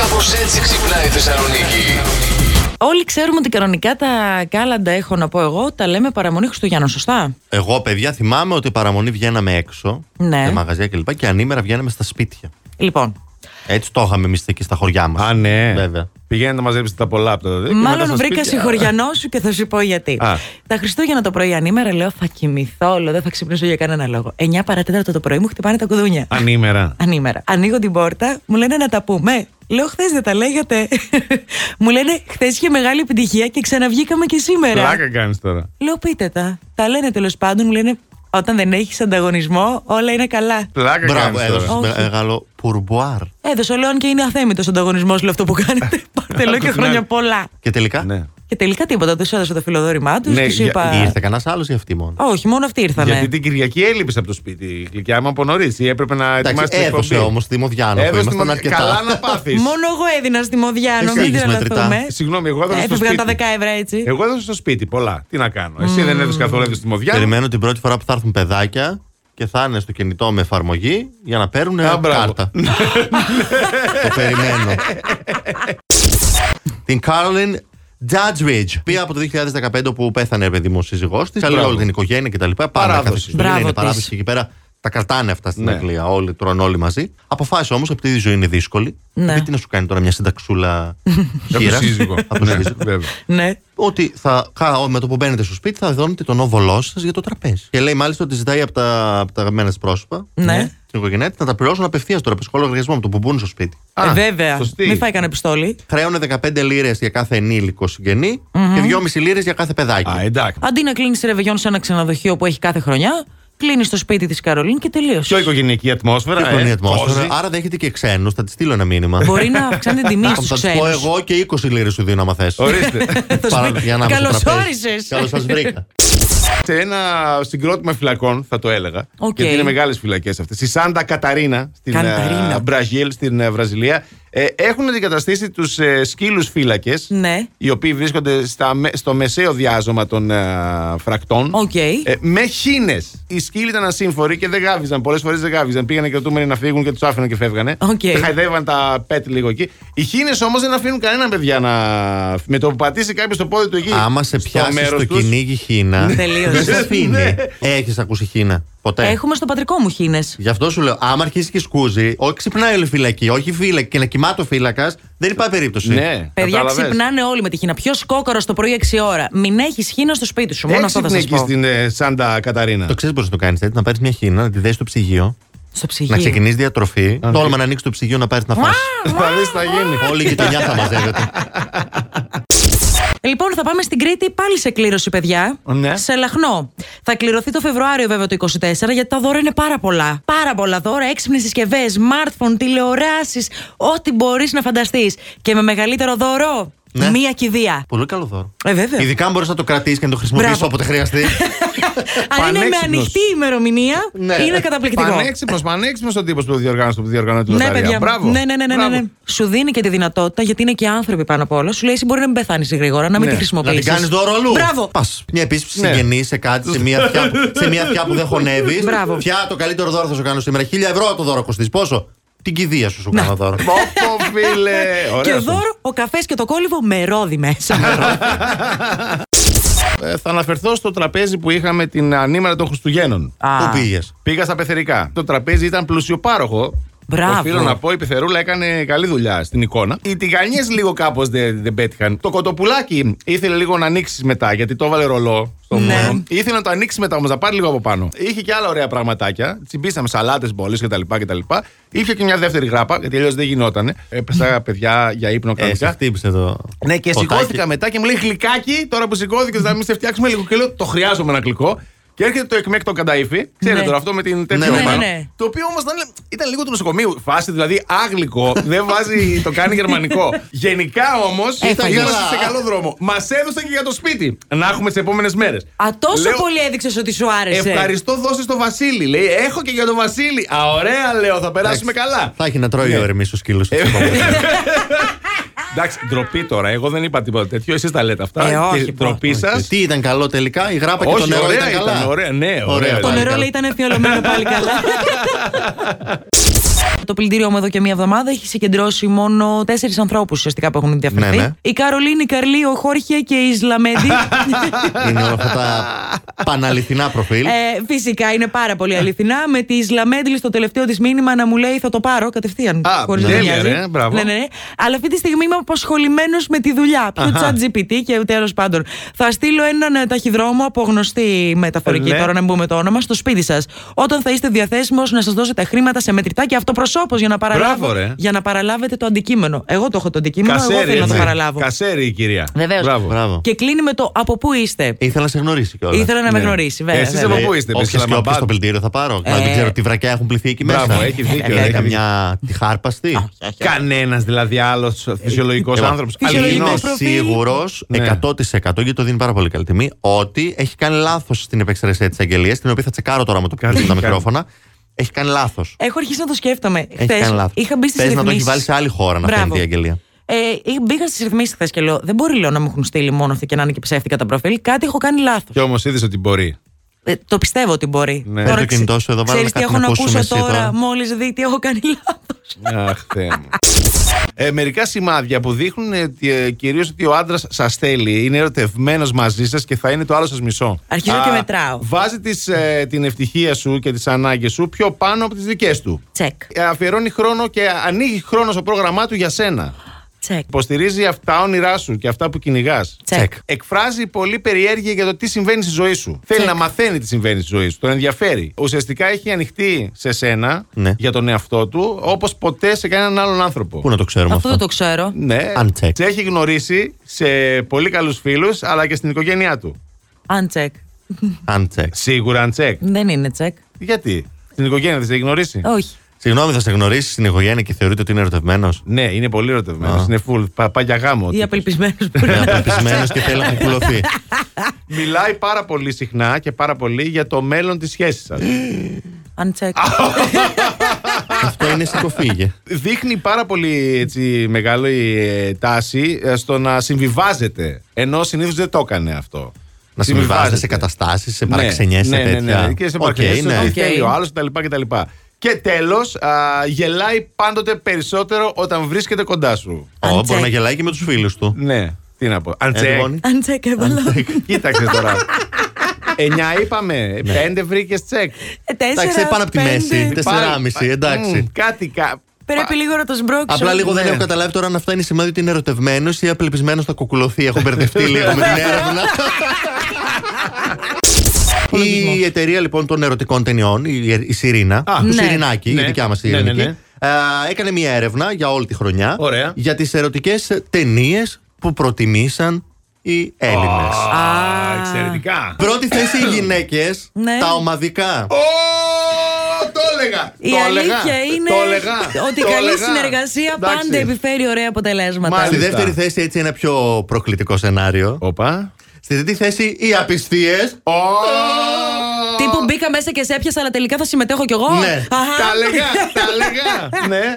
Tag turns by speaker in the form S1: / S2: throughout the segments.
S1: Κάπως έτσι ξυπνάει η Θεσσαλονίκη.
S2: Όλοι ξέρουμε ότι κανονικά τα κάλαντα, έχω να πω εγώ, τα λέμε παραμονή Χριστουγέννων, σωστά.
S3: Εγώ, παιδιά, θυμάμαι ότι παραμονή βγαίναμε έξω,
S2: Ναι.
S3: σε μαγαζιά κλπ. Και ανήμερα βγαίναμε στα σπίτια.
S2: Λοιπόν,
S3: Έτσι το είχαμε εμείς εκεί στα χωριά μας.
S4: Α, ναι.
S3: Βέβαια.
S4: Πηγαίνετε να μαζέψετε τα πολλά από τότε.
S2: Μάλλον βρήκα συγχωριανό σου και θα σου πω γιατί.
S4: Α.
S2: Τα Χριστούγεννα το πρωί ανήμερα λέω θα κοιμηθώ, όλο, δεν θα ξυπνήσω για κανένα λόγο. 9 παρατέταρτο το πρωί μου χτυπάνε τα κουδούνια.
S4: Ανήμερα.
S2: Ανήμερα. Ανοίγω την πόρτα, μου λένε να τα πούμε. Λέω χθες δεν τα λέγατε. μου λένε χθες είχε μεγάλη επιτυχία και ξαναβγήκαμε και σήμερα.
S4: Πλάκα κάνεις τώρα.
S2: Λέω πείτε τα. Τα λένε τέλος πάντων, μου λένε όταν δεν έχεις ανταγωνισμό όλα είναι καλά.
S4: Πλάκα κάνει
S3: Μπράβο, έδωσε
S4: τώρα.
S2: Όχι.
S3: μεγάλο πουρμπουάρ.
S2: Έδωσε ο Λεόν και είναι αθέμητος ανταγωνισμός, λέω αυτό που
S3: Ε,
S2: κάνετε. Πάρτε λέω και
S4: Ναι.
S2: χρόνια πολλά.
S3: Και τελικά.
S4: Ναι.
S2: Και τελικά τίποτα, τους έδωσα το φιλοδόρημά τους. του
S4: Ναι, για-
S2: είπα.
S3: Ή Ήρθε κανένας άλλος ή αυτή μόνο.
S2: Όχι, μόνο αυτοί ήρθανε.
S4: Γιατί την Κυριακή έλειπες από το σπίτι η γλυκιά μου από νωρίς. Ή έπρεπε να
S3: Εντάξει,
S4: ετοιμάσεις την
S3: έδωσε
S4: εκπομπή.
S3: όμως Δημοδιάνο που
S4: Έδωσε
S3: ήμασταν
S4: την-
S3: αρκετά.
S4: Καλά να πάθεις.
S2: Μόνο εγώ έδινα στη Μοδιάνο,
S3: Εσύ
S2: μην
S3: έχεις μετρητά.
S2: τρελαθούμε.
S4: Συγγνώμη, εγώ έδωσα στο
S2: Ε, Έφευγαν τα 10
S4: σπίτι.
S2: ευρώ έτσι.
S4: Εγώ έδωσα στο σπίτι πολλά. Τι να κάνω. Εσύ δεν έδωσες καθόλου έδωσε τη μοδιά.
S3: Περιμένω την πρώτη φορά που θα έρθουν παιδάκια και θα είναι στο κινητό με εφαρμογή για να παίρνουν
S4: Α, μπράβο. Ναι.
S3: κάρτα. Το περιμένω. την Κάρολιν Τζάτζριτζ, Πήγα από το 2015 που πέθανε ρε παιδί μου ο σύζυγός της. Καλή
S4: Μπράβο.
S3: όλη την οικογένεια κτλ. Πάρα
S4: Παράδοση.
S3: κάθε Χριστούγεννα
S2: Μπράβο
S3: είναι
S2: της.
S3: παράδοση εκεί πέρα. Τα κρατάνε αυτά στην
S4: Ναι.
S3: Αγγλία. Όλοι τρώνε όλοι μαζί. Αποφάσισε όμως, επειδή η ζωή είναι δύσκολη.
S2: Ναι.
S3: Γιατί τι να σου κάνει τώρα μια συνταξούλα
S4: Για
S3: χείρας.
S4: τον σύζυγο.
S3: Από το
S4: Ναι,
S3: σύζυγο
S4: βέβαια.
S2: Ναι.
S3: ότι θα, χα- με το που μπαίνετε στο σπίτι θα δώνετε τον όβολό σας για το τραπέζι. Και λέει μάλιστα ότι ζητάει από τα, από τα αγαπημένα της πρόσωπα.
S2: Ναι.
S3: Την οικογένεια της, να τα πληρώσουν απευθείας στο τραπεζικό λογαριασμό με το που μπουν στο σπίτι.
S4: Α,
S2: Ε, βέβαια.
S4: σωστή.
S2: Μην φάει κανένα πιστόλι.
S3: Χρέωνε 15 λίρες για κάθε ενήλικο συγγενή και 2,5 λίρες για κάθε παιδάκι.
S4: Α, ε, εντάξει.
S2: Αντί να κλείνεις ρεβεγιόν σε ένα ξενοδοχείο που έχει κάθε χρονιά, κλείνεις το σπίτι της Καρολίν και τελείωσες.
S4: Πιο οικογενειακή ατμόσφαιρα.
S3: Πιο κοντινή
S4: ε,
S3: ατμόσφαιρα.
S4: κόζι.
S3: Άρα δέχεται και ξένους. Θα της στείλω ένα μήνυμα.
S2: Μπορεί να αυξάνει την τιμή
S3: Θα
S2: στους
S3: της πω
S2: ξένους.
S3: εγώ και 20 λίρες σου δίνω άμα θες.
S4: Ορίστε.
S2: Καλώς όρισες.
S3: Καλώς σας βρήκα.
S4: σε ένα συγκρότημα φυλακών, θα το έλεγα.
S2: Οκ.
S4: Γιατί είναι μεγάλες φυλακές αυτές. Στη Σάντα Καταρίνα, στην
S2: Καταρίνα.
S4: ε, Μπραζίλ, στην ε, Βραζιλία, ε, έχουν αντικαταστήσει τους ε, σκύλους φύλακες.
S2: Ναι.
S4: Οι οποίοι βρίσκονται στα, με- στο μεσαίο διάζωμα των ε, φρακτών.
S2: Οκ.
S4: Ε, με χίνες. Οι σκύλοι ήταν ασύμφοροι και δεν γάβιζαν. Πολλές φορές δεν γάβιζαν. Πήγανε κρατούμενοι να φύγουν και τους άφηναν και φεύγανε.
S2: Οκ.
S4: Και χαϊδεύαν τα πέτ λίγο εκεί. Οι χίνες όμως δεν αφήνουν κανέναν παιδιά να. Με το που πατήσει κάποιος το πόδι του εκεί.
S3: Άμα σε
S4: Ε, στο
S3: πιάσεις
S4: μέρος
S3: στο
S4: τους,
S3: κυνήγι Χίνα.
S2: Τελείωσε.
S3: Δεν σε
S4: Ναι.
S3: αφήνει. Έχεις ακούσει Χίνα. Ποτέ.
S2: Έχουμε στο πατρικό μου χίνες.
S3: Γι' αυτό σου λέω, άμα αρχίσει και σκούζει, όχι ξυπνάει όλη η φυλακή, όχι φύλακη και να κοιμάται ο φύλακας, δεν υπάρχει περίπτωση.
S4: Ναι,
S2: Παιδιά,
S4: κατάλαβες.
S2: ξυπνάνε όλοι με τη χίνα. Ποιο κόκορο το πρωί 6 ώρα. Μην έχεις χίνα στο σπίτι σου. Μόνο αυτό θα
S4: Έξυπνη
S2: σας
S4: εκεί
S2: πω.
S4: στην ε, Σάντα Καταρίνα.
S3: Το ξέρεις πώ να το κάνεις έτσι, να πάρεις μια χίνα, να τη δέσεις στο ψυγείο,
S2: Στο
S3: να
S2: ψυγείο.
S3: ξεκινήσει διατροφή, τόλμα να ανοίξει το ψυγείο να πάρεις να φάσει.
S4: Θα δεις τι θα γίνει.
S3: Όλη η γειτονιά θα μαζεύεται.
S2: Λοιπόν, θα πάμε στην Κρήτη πάλι σε κλήρωση, παιδιά.
S4: Ναι.
S2: Σε λαχνό. Θα κληρωθεί το Φεβρουάριο, βέβαια, το 24, γιατί τα δώρα είναι πάρα πολλά. Πάρα πολλά δώρα, έξυπνες συσκευές, smartphone, τηλεοράσεις, ό,τι μπορείς να φανταστείς. Και με μεγαλύτερο δώρο,
S3: Ναι.
S2: μία κηδεία.
S3: Πολύ καλό δώρο.
S2: Ε, βέβαια.
S3: Ειδικά αν μπορείς να το κρατήσεις και να το χρησιμοποιήσεις
S2: Μπράβο.
S3: όποτε χρειαστεί.
S2: Αν είναι με
S4: πανέξυπνος.
S2: ανοιχτή ημερομηνία,
S3: Ναι.
S2: είναι καταπληκτικό.
S4: Πανέξυπνος, πανέξυπνος ο τύπος που διοργάνωσε που διοργανώνει τη
S2: Ναι,
S4: λοταρία.
S2: παιδιά.
S4: Μπράβο.
S2: Ναι, ναι, ναι, ναι, ναι, ναι.
S4: Μπράβο.
S2: Σου δίνει και τη δυνατότητα, γιατί είναι και άνθρωποι πάνω απ' όλα. Σου λέει, εσύ μπορεί να μην πεθάνεις γρήγορα, να μην
S4: Ναι.
S2: τη
S3: να την
S2: χρησιμοποιήσει.
S3: κάνεις δώρο αλλού.
S2: Μπράβο.
S3: Πας. Μια επίσκεψη
S4: Ναι.
S3: συγγενή σε κάτι, σε μια αυτιά που, σε μια αυτιά που δεν χωνεύεις.
S2: Μπράβο.
S3: Ποια το καλύτερο δώρο θα σου κάνω σήμερα. Χίλια ευρώ το δώρο κοστίζει. Πόσο. Την κηδεία σου σου κάνω δώρο.
S4: Πω, πω, φίλε.
S2: Και
S4: Ε, Ωραία.
S2: δώρο, ο καφές και το κόλυβο με ρόδι μέσα.
S4: Ε, Θα αναφερθώ στο τραπέζι που είχαμε την ανήμερα των Χριστουγέννων.
S2: Α.
S3: Πού πήγες.
S4: Πήγα στα πεθερικά. Το τραπέζι ήταν πλουσιοπάροχο.
S2: Μπράβο.
S4: Οφείλω να πω, η πεθερούλα έκανε καλή δουλειά στην εικόνα. Οι τηγανιές λίγο κάπως δεν δεν πέτυχαν. Το κοτοπουλάκι ήθελε λίγο να ανοίξεις μετά, γιατί το έβαλε ρολό στο
S2: Ναι.
S4: μόνο. Ήθελε να το ανοίξεις μετά όμως, να πάρει λίγο από πάνω. Είχε και άλλα ωραία πραγματάκια. Τσιμπήσαμε σαλάτες, μπόλες κτλ. κτλ. Είχε και μια δεύτερη γράπα, γιατί αλλιώς δεν γινότανε. Έπεσα παιδιά για ύπνο
S3: Ε, σε
S4: κανονικά.
S3: χτύπησε το.
S4: Ναι, και
S3: ποτάκι.
S4: σηκώθηκα μετά και μου λέει γλυκάκι, τώρα που σηκώθηκες, να μην σε φτιάξουμε λίγο. Και λέω: Το χρειάζομαι ένα γλυκό. Και έρχεται το εκμέκτο κανταήφι. Ξέρετε
S2: Ναι.
S4: τώρα αυτό με την τέτοια
S3: Ναι,
S4: ομάδα.
S2: ναι, ναι.
S4: Το οποίο όμως ήταν, ήταν λίγο του νοσοκομείου. Φάση δηλαδή άγλικο. δεν βάζει, το κάνει γερμανικό. Γενικά όμως
S2: Έφαγες.
S4: είμαστε σε καλό δρόμο. Μας έδωσε και για το σπίτι. Να έχουμε τι επόμενες μέρες.
S2: Α, τόσο πολύ ε. έδειξες ότι σου άρεσε.
S4: Ευχαριστώ, δώσε στο Βασίλη. Λέει: Έχω και για τον Βασίλη. Α, ωραία, λέω, θα περάσουμε καλά.
S3: Θα έχει να τρώει ο Ερμή ο σκύλος. Ε,
S4: Εντάξει, ντροπή τώρα. Εγώ δεν είπα τίποτα τέτοιο. Εσείς τα λέτε αυτά.
S2: Ε, όχι,
S4: και ντροπή
S2: πω.
S4: σας.
S3: Τι ήταν καλό τελικά, η γράπα και
S4: Όχι,
S3: το νερό
S4: ωραία
S3: ήταν
S4: ήταν,
S3: καλά.
S4: ωραία, ναι, ωραία
S2: Το
S4: Πάλι
S2: νερό
S3: καλά.
S2: λέει ήταν εθιολωμένο πάλι καλά. το πλυντήριό μου εδώ και μία εβδομάδα έχει συγκεντρώσει μόνο τέσσερις ανθρώπους ουσιαστικά που έχουν ενδιαφερθεί.
S3: Ναι, ναι.
S2: Η Καρολίνη, η Καρλή, ο Χόρχε και η Ισλαμέντη.
S3: Είναι όλα αυτά τα παναληθινά προφίλ.
S2: Ε, φυσικά είναι πάρα πολύ αληθινά. Με τη Ισλαμέντλη στο τελευταίο της μήνυμα να μου λέει θα το πάρω κατευθείαν.
S4: Α,
S2: χωρίς να
S4: τέλεια,
S2: το νοιάζει.
S4: ρε, μπράβο.
S2: Ναι, ναι, ναι. Αλλά αυτή τη στιγμή είμαι απασχολημένο με τη δουλειά. Πιο
S3: Αχα.
S2: chat GPT και τέλο πάντων. Θα στείλω έναν ε, ταχυδρόμο από γνωστή μεταφορική,
S4: Ναι.
S2: τώρα να μην πούμε το όνομα, στο σπίτι σας. Όταν θα είστε διαθέσιμος να σας δώσω τα χρήματα σε μετρητά και αυτοπροσώπω για, να παραλάβω-
S4: Μπράβο, ρε.
S2: για να παραλάβετε το αντικείμενο. Εγώ το έχω το αντικείμενο, εγώ
S4: Κασέρι,
S2: θέλω να το
S4: έτσι.
S2: παραλάβω.
S4: Κασέρι η κυρία.
S2: Βεβαίως.
S4: Μπράβο.
S3: Μπράβο. Ε,
S2: Και κλείνει με το από πού είστε.
S3: Ήθελα να σε γνωρίσει κιόλας.
S2: Ήθελα να με
S4: Ναι.
S2: γνωρίσει, βέβαια.
S4: Εσείς
S2: βέβαια.
S4: από πού είστε,
S3: Όποιο
S4: πες,
S3: Ε, και όποιο
S4: Λαμπάρ.
S3: στο πλυντήριο θα πάρω. Ε... Δεν ξέρω τι βρακιά έχουν πληθεί εκεί
S4: Μπράβο,
S3: μέσα.
S4: έχεις δίκιο,
S3: Ε,
S4: έχεις
S3: Καμιά τη χάρπαστη.
S4: Κανένας δηλαδή άλλος φυσιολογικός άνθρωπο.
S2: φυσιολογικός.
S4: Αληθινό.
S3: Είμαι
S2: προφίλ.
S3: σίγουρος
S4: Ναι.
S3: 100% γιατί το δίνει πάρα πολύ καλή τιμή ότι έχει κάνει λάθος στην επεξεργασία της αγγελίας, την οποία θα τσεκάρω τώρα με το
S4: Καλή,
S3: πιάτο τα
S4: καλή.
S3: μικρόφωνα. Έχει κάνει λάθος.
S2: Έχω αρχίσει να το σκέφτομαι.
S3: Έχει
S2: Χθες
S3: κάνει λάθος.
S2: Είχα μπει στις
S3: Θες
S2: ρυθμίσει.
S3: να το έχει βάλει σε άλλη χώρα να φαίνεται η αγγελία.
S2: Ε, ε, μπήκα στις ρυθμίσεις χθες και λέω: Δεν μπορεί λέω, να μου έχουν στείλει μόνο αυτή και να είναι και ψεύτικα τα προφίλ. Κάτι έχω κάνει λάθος.
S4: Κι όμως είδες ότι μπορεί.
S2: Ε, το πιστεύω ότι μπορεί.
S4: Ναι.
S3: Πες το
S2: ξε-
S3: κινητό σου εδώ, βάλε
S2: ξέρεις τι
S3: κάτι
S2: έχω
S3: να
S2: να
S3: ακούσουμε
S2: ακούσω
S3: εσύ
S2: τώρα,
S3: τώρα.
S2: μόλις δει τι έχω κάνει λάθος.
S4: Αχ, Θεέ μου. Ε, μερικά σημάδια που δείχνουν ε, ότι, ε, κυρίως ότι ο άντρας σας θέλει, είναι ερωτευμένος μαζί σας και θα είναι το άλλο σας μισό.
S2: Αρχίζω
S4: Α,
S2: και μετράω.
S4: Βάζει τις, ε, την ευτυχία σου και τις ανάγκες σου πιο πάνω από τις δικές του.
S2: Τσεκ.
S4: Ε, Αφιερώνει χρόνο και ανοίγει χρόνος στο πρόγραμμά του για σένα.
S2: Τσεκ.
S4: Υποστηρίζει αυ- τα όνειρά σου και αυτά που κυνηγάς.
S2: Τσεκ.
S4: Εκφράζει πολύ περιέργεια για το τι συμβαίνει στη ζωή σου. Θέλει να μαθαίνει τι συμβαίνει στη ζωή σου. Τον ενδιαφέρει. Ουσιαστικά έχει ανοιχτεί σε σένα
S3: Ναι.
S4: για τον εαυτό του όπως ποτέ σε κανέναν άλλον άνθρωπο.
S3: Πού να το ξέρουμε
S2: Αυτό
S3: αυτό.
S2: δεν το ξέρω.
S4: Ναι,
S3: Unchecked.
S4: σε έχει γνωρίσει σε πολύ καλούς φίλους αλλά και στην οικογένειά του.
S2: Αν τσεκ.
S3: Αν τσεκ.
S4: Σίγουρα unchecked.
S2: Δεν είναι τσεκ.
S3: Ναι.
S4: Γιατί, στην οικογένεια δεν σε έχει γνωρίσει.
S2: Όχι.
S3: Συγγνώμη, θα σε γνωρίσει στην οικογένεια και θεωρείτε ότι είναι ερωτευμένος.
S4: Ναι, είναι πολύ ερωτευμένος.
S3: Α.
S4: Είναι full. Πα, πάει για γάμο.
S2: Ή
S4: ο
S2: απελπισμένο.
S3: Είναι απελπισμένος και θέλει να κουκουλωθεί.
S4: Μιλάει πάρα πολύ συχνά και πάρα πολύ για το μέλλον της σχέσης σας.
S2: Αν τσεκ.
S3: Αυτό είναι συκοφύγε.
S4: Δείχνει πάρα πολύ έτσι, μεγάλη ε, τάση ε, στο να συμβιβάζεται. Ενώ συνήθως δεν το έκανε αυτό.
S3: Να συμβιβάζεσαι σε καταστάσεις, σε παραξενιές, σε
S4: ναι, ναι, ναι,
S3: τέτοια.
S4: ναι. Και σε
S3: Οκ,
S4: παραξενιές,
S3: ναι.
S4: στο τι
S2: Οκ.
S4: θέλει ο άλλος κτλ. κτλ. Και τέλος, γελάει πάντοτε περισσότερο όταν βρίσκεται κοντά σου.
S3: Ω, Μπορεί
S2: Unchecked.
S3: να γελάει και με τους φίλους του.
S4: Ναι, τι να πω. Αν
S3: Ε,
S4: τσεκ.
S3: λοιπόν.
S2: Αν τσεκ, έβαλα.
S4: Κοίταξε τώρα. Εννιά
S3: Ναι.
S4: είπαμε. Πέντε βρήκες τσεκ.
S2: Ε, Τέσσερα.
S3: Εντάξει, πάνω από τη
S2: πέντε.
S3: μέση. Τεσσεράμιση,
S4: Πάλι-
S3: εντάξει.
S4: Μμ, Κάτι. κα-
S2: Πρέπει λίγο να το σμπρώξω.
S3: Απλά λίγο δεν
S4: ναι.
S3: έχω καταλάβει τώρα αν αυτά είναι σημάδι ότι είναι ερωτευμένος ή απελπισμένος θα κοκουλωθεί. Έχω μπερδευτεί λίγο με την έρευνα. Η εταιρεία λοιπόν των ερωτικών ταινιών, η, η Σιρήνα,
S4: Α,
S3: του
S4: ναι.
S3: Σιρινάκη,
S4: Ναι.
S3: η δικιά μας η
S4: Ναι, ναι,
S3: ελληνική,
S4: ναι.
S3: ε, έκανε μια έρευνα για όλη τη χρονιά
S4: Ωραία.
S3: για τις ερωτικές ταινίες που προτιμήσαν οι Έλληνες.
S4: Α, εξαιρετικά.
S3: Πρώτη θέση οι γυναίκες,
S2: Ναι.
S3: τα ομαδικά.
S4: Ω, Το έλεγα.
S2: Η
S4: Το έλεγα.
S2: αλήθεια είναι
S4: Το έλεγα.
S2: ότι η
S4: Το
S2: καλή
S4: έλεγα.
S2: συνεργασία
S4: Εντάξει.
S2: πάντα επιφέρει ωραία αποτελέσματα.
S3: Στη
S4: Μάλιστα.
S3: δεύτερη θέση έτσι ένα πιο προκλητικό σενάριο.
S4: Όπα.
S3: Στη τρίτη θέση οι απιστίες.
S4: Ω,
S2: Τύπου μπήκα μέσα και σε έπιασα, αλλά τελικά θα συμμετέχω κι εγώ.
S3: Ναι.
S2: Αχα.
S4: Τα έλεγα. Τα έλεγα. Ναι.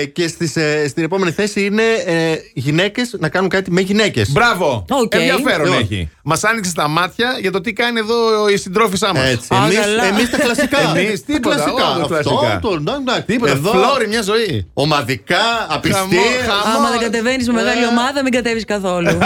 S3: Ε, και στις, ε, στην επόμενη θέση είναι ε, γυναίκες να κάνουν κάτι με γυναίκες.
S4: Μπράβο.
S2: Οκ.
S4: Ενδιαφέρον
S3: Λοιπόν.
S4: έχει. Μας άνοιξε τα μάτια για το τι κάνει εδώ η συντρόφισά μας.
S3: Έτσι.
S2: Α,
S3: Εμεί
S2: καλά.
S3: εμείς τα κλασικά.
S4: Εμείς
S3: τα
S4: τίποτα,
S3: κλασικά.
S4: όλα
S3: Αυτό,
S4: κλασικά.
S3: το, ναι, ναι.
S4: Τίποτα.
S3: Εδώ,
S4: Φλόρι, μια ζωή.
S3: Ομαδικά, απιστίες.
S4: Χαμό, χαμό.
S2: Άμα δεν κατεβαίνεις με
S4: Ε.
S2: μεγάλη ομάδα, μην κατέβεις καθόλου.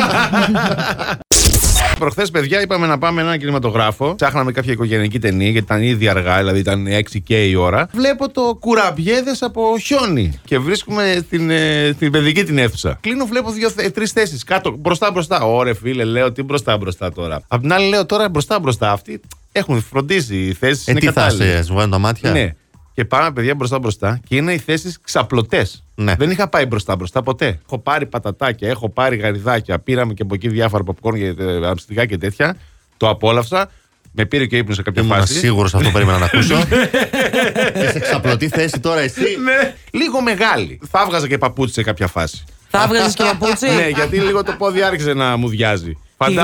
S4: Προχθές, παιδιά, είπαμε να πάμε έναν κινηματογράφο. Ψάχναμε κάποια οικογενειακή ταινία, γιατί ήταν ήδη αργά, δηλαδή ήταν 6 και η ώρα. Βλέπω το κουραμπιέδες από χιόνι. Και βρίσκουμε στην, ε, στην παιδική την αίθουσα. Κλείνω, βλέπω τρεις θέσεις κάτω, μπροστά μπροστά. Ωρε, φίλε, λέω τι μπροστά μπροστά τώρα. Απ' την άλλη, λέω τώρα μπροστά μπροστά. Αυτοί έχουν φροντίσει οι θέσεις.
S3: Ε, τι θα σε σου βγάλουν τα μάτια.
S4: Ναι. Και πάμε παιδιά μπροστά μπροστά και είναι οι θέσεις ξαπλωτές.
S3: Ναι.
S4: Δεν είχα πάει μπροστά μπροστά ποτέ. Έχω πάρει πατατάκια, έχω πάρει γαριδάκια, πήραμε και από εκεί διάφορα popcorn και ε, αμυστικά και τέτοια. Το απόλαυσα. Με πήρε και ύπνος σε κάποια
S3: Ήμουν
S4: φάση.
S3: σίγουρος αυτό περίμενα να ακούσω. Είσαι ξαπλωτή θέση τώρα εσύ.
S4: Ναι. Λίγο μεγάλη. Θα βγάζα και παπούτσι σε κάποια φάση.
S2: θα βγάζει και παπούτσι.
S4: ναι, γιατί λίγο το πόδι άρχισε να μου βιάζει.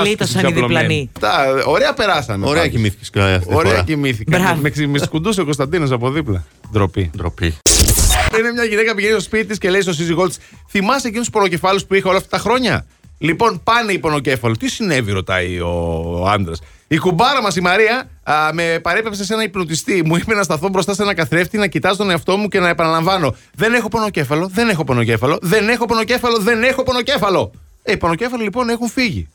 S2: γλίτωσαν οι διπλανοί.
S4: Τα, ωραία περάσαμε.
S3: Ωραία
S4: πάντως.
S3: κοιμήθηκες και αυτή τη
S4: Ωραία
S3: φορά.
S4: κοιμήθηκα.
S2: Μπράβο.
S4: Με, ξυ- με σκουντούσε ο Κωνσταντίνος από δίπλα. Ντροπή.
S3: Ντροπή.
S4: Είναι μια γυναίκα που πηγαίνει στο σπίτι της και λέει στον σύζυγό της: Θυμάσαι εκείνους τους που είχα όλα αυτά τα χρόνια. Λοιπόν, πάνε οι πονοκέφαλοι. Τι συνέβη, ρωτάει ο άντρας. Η κουμπάρα μας, η Μαρία, α, με παρέπεψε σε ένα υπνοτιστή. Μου είπε να σταθώ μπροστά σε ένα καθρέφτη, να κοιτάζω τον εαυτό μου και να επαναλαμβάνω. Δεν έχω πονοκέφαλο, δεν έχω πονοκέφαλο, δεν έχω πονοκέφαλο, δεν έχω πονοκέφαλο. Ε, οι πονοκέφαλοι λοιπόν έχουν φύγει.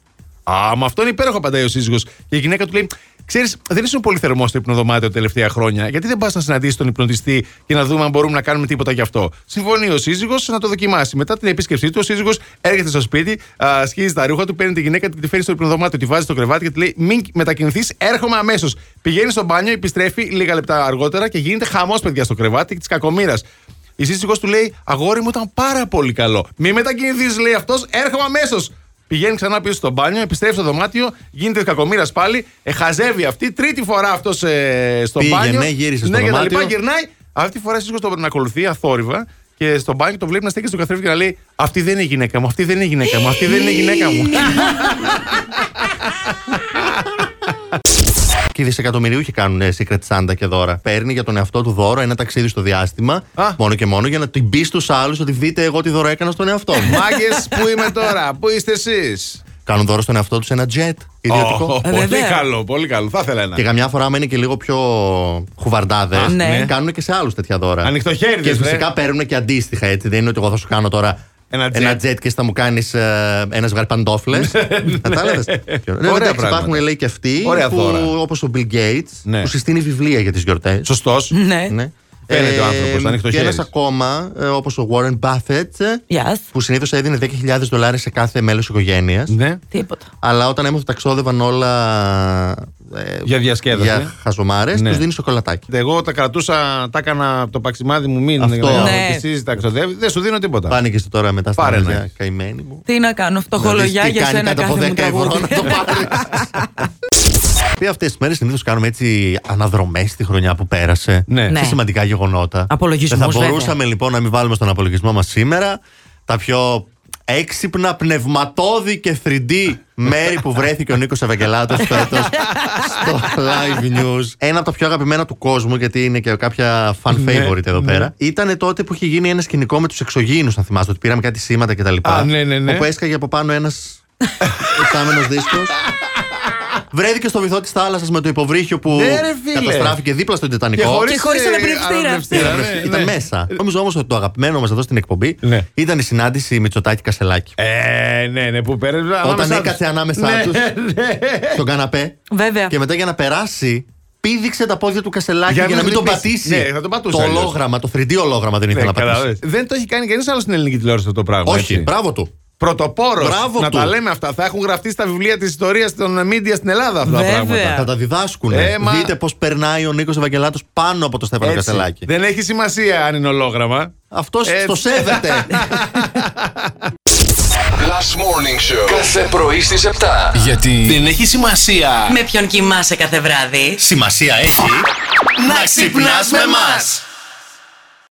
S4: Α, με αυτό είναι υπέροχο, απαντάει ο σύζυγος. Και η γυναίκα του λέει: Ξέρεις, δεν ήσουν πολύ θερμό στο υπνοδωμάτιο τα τελευταία χρόνια. Γιατί δεν πας να συναντήσεις τον υπνοτιστή και να δούμε αν μπορούμε να κάνουμε τίποτα γι' αυτό. Συμφωνεί ο σύζυγος να το δοκιμάσει. Μετά την επίσκεψή του, ο σύζυγος έρχεται στο σπίτι, α, σκίζει τα ρούχα του, παίρνει τη γυναίκα του, τη φέρνει στο υπνοδωμάτιο, τη βάζει στο κρεβάτι και τη λέει: Μην μετακινηθείς, έρχομαι αμέσως. Πηγαίνει στο μπάνιο, επιστρέφει λίγα λεπτά αργότερα και γίνεται χαμός, παιδιά, στο κρεβάτι της κακομήρα. Η σύζυγο του λέει: Αγόρι μου ήταν πάρα πολύ καλό. Μη μετακινηθείς, λέει αυτός, έρχομαι αμέσως. Πηγαίνει ξανά πίσω στο μπάνιο, επιστρέφει στο δωμάτιο, γίνεται κακομήρα πάλι, εχαζεύει αυτή. Τρίτη φορά αυτός ε, στο
S3: Πήγε,
S4: μπάνιο.
S3: ναι, γύρισε στο
S4: ναι, και τα λοιπά,
S3: δωμάτιο.
S4: γυρνάει. Αυτή τη φορά σύζυγο τον ακολουθεί αθόρυβα και στο μπάνιο το βλέπει να στέκει στο καθρέφτη και να λέει Αυτή δεν είναι η γυναίκα μου, αυτή δεν είναι η γυναίκα μου, αυτή δεν είναι η γυναίκα μου.
S3: Και οι δισεκατομμυριούχοι κάνουν ε, secret Santa και δώρα. Παίρνει για τον εαυτό του δώρο ένα ταξίδι στο διάστημα.
S4: Α.
S3: Μόνο και μόνο για να την πεις στους άλλους ότι δείτε εγώ τι δώρο έκανα στον εαυτό μου.
S4: Μάγκες, πού είμαι τώρα, πού είστε εσείς.
S3: Κάνουν δώρο στον εαυτό τους ένα jet ιδιωτικό.
S2: Ε,
S4: πολύ
S2: βέβαια.
S4: καλό, πολύ καλό. Θα ήθελα
S3: Και
S4: ένα.
S3: καμιά φορά, άμα είναι και λίγο πιο χουβαρντάδες,
S2: Α, ναι.
S3: κάνουν και σε άλλους τέτοια δώρα.
S4: Ανοιχτοχέριδες,
S3: Και
S4: ρε.
S3: φυσικά παίρνουν και αντίστοιχα έτσι. Δεν είναι ότι εγώ θα σου κάνω τώρα
S4: Ένα jet. Ναι,
S3: jet και θα μου ε, κάνει ένα ζευγάρι παντόφλε. Κατάλαβε.
S4: πράγματα.
S3: Υπάρχουν λέει και αυτοί
S4: Ωραία δώρα.
S3: που, όπως ο Bill Gates,
S4: Ναι.
S3: που συστήνει βιβλία για τις γιορτές.
S4: Σωστός.
S2: Ναι.
S3: Ναι.
S4: Φαίνεται ο άνθρωπος,
S3: Και
S4: ανοιχτοχέρης.
S3: ένας ακόμα, όπως ο Warren Buffett,
S2: Yes.
S3: που συνήθως έδινε 10.000 δολάρια σε κάθε μέλος οικογένειας.
S4: Ναι.
S2: Τίποτα.
S3: Αλλά όταν έμαθα ότι τα ξόδευαν όλα. ε,
S4: Για διασκέδαση.
S3: Για χαζομάρες,
S4: Ναι.
S3: τους δίνεις σοκολατάκι.
S4: Εγώ τα κρατούσα, τα έκανα από το παξιμάδι μου, μην
S3: Αυτό.
S4: να-
S2: Ναι.
S4: και εσείς τα ξοδεύετε, δεν σου δίνω τίποτα.
S3: Πάνε και τώρα μετά στα
S4: Πάρε ένα.
S3: μαγαζιά, καημένη μου.
S2: Τι να κάνω, φτωχολογιά
S4: Δηλαδή,
S3: Να δεις
S2: για
S3: τι κάνει
S2: σένα
S3: κάτω από
S2: κάθε μου
S3: 10 ευρώ,
S2: τραγούδι.
S3: να το πάρεις. Αυτές τις μέρες συνήθως κάνουμε έτσι αναδρομές στη χρονιά που πέρασε.
S4: Ναι.
S3: Σε
S2: Ναι.
S3: σημαντικά γεγονότα.
S2: Απολογισμούς,
S3: Δεν θα
S2: βέβαια.
S3: μπορούσαμε λοιπόν να μην βάλουμε στον απολογισμό μας σήμερα τα πιο έξυπνα, πνευματώδη και 3D μέρη που βρέθηκε ο Νίκος Ευαγγελάτος φέτος στο live news. Ένα από τα πιο αγαπημένα του κόσμου, γιατί είναι και κάποια fan
S4: Ναι,
S3: favorite εδώ
S4: ναι.
S3: πέρα. Ήταν τότε που είχε γίνει ένα σκηνικό με τους εξωγήινους, αν θυμάστε, ότι πήραμε κάτι σήματα κτλ.
S4: Α, ναι, ναι, ναι.
S3: Όπου έσκαγε από πάνω ένας εξάμενο δίσκος. Βρέθηκε στο βυθό της θάλασσας με το υποβρύχιο που
S4: Ναι, ρε, φίλε.
S3: καταστράφηκε δίπλα στον Τιτανικό.
S2: Και χωρίς
S4: ε,
S2: αναπνευστήρα.
S4: αναπνευστήρα, ναι,
S3: Ήταν
S4: ναι.
S3: μέσα. Νομίζω όμως ότι το αγαπημένο μας εδώ στην εκπομπή
S4: Ναι.
S3: ήταν η συνάντηση Μητσοτάκη Κασελάκη.
S4: Ε, ναι, ναι, που πέρασε.
S3: Όταν έκατσε ανάμεσά
S4: ναι,
S3: τους.
S4: ναι.
S3: Στον καναπέ.
S2: Βέβαια.
S3: Και μετά για να περάσει, πήδηξε τα πόδια του Κασελάκη για,
S4: Για
S3: να
S4: να
S3: μην τον
S4: μην
S3: πατήσει.
S4: πέσει. Ναι, θα τον πατούσε
S3: Το
S4: αλλιώς.
S3: ολόγραμμα, το 3D ολόγραμμα δεν ήθελε
S4: Ναι,
S3: να πατήσει.
S4: καταλαβαίνεις. Δεν το έχει κάνει κανείς άλλο στην ελληνική τηλεόραση αυτό το πράγμα.
S3: Όχι, μπράβο του.
S4: Πρωτοπόρος.
S3: Μπράβο
S4: Να
S3: του.
S4: τα λέμε αυτά. Θα έχουν γραφτεί στα βιβλία της ιστορίας των media στην Ελλάδα αυτά τα
S2: Βέβαια.
S4: πράγματα.
S3: Θα τα διδάσκουν.
S4: Ε, μα-
S3: Δείτε πώς περνάει ο Νίκος Ευαγγελάτος πάνω από το Στέφανο
S4: Έτσι.
S3: Κασελάκη.
S4: Δεν έχει σημασία αν είναι ολόγραμμα.
S3: Αυτό
S4: Έτσι.
S3: το σέβεται.
S1: Last Morning Show. Κάθε πρωί στις 7.
S5: Γιατί δεν έχει σημασία.
S2: Με ποιον κοιμάσαι κάθε βράδυ.
S3: Σημασία έχει
S5: Να ξυπνάς με μας.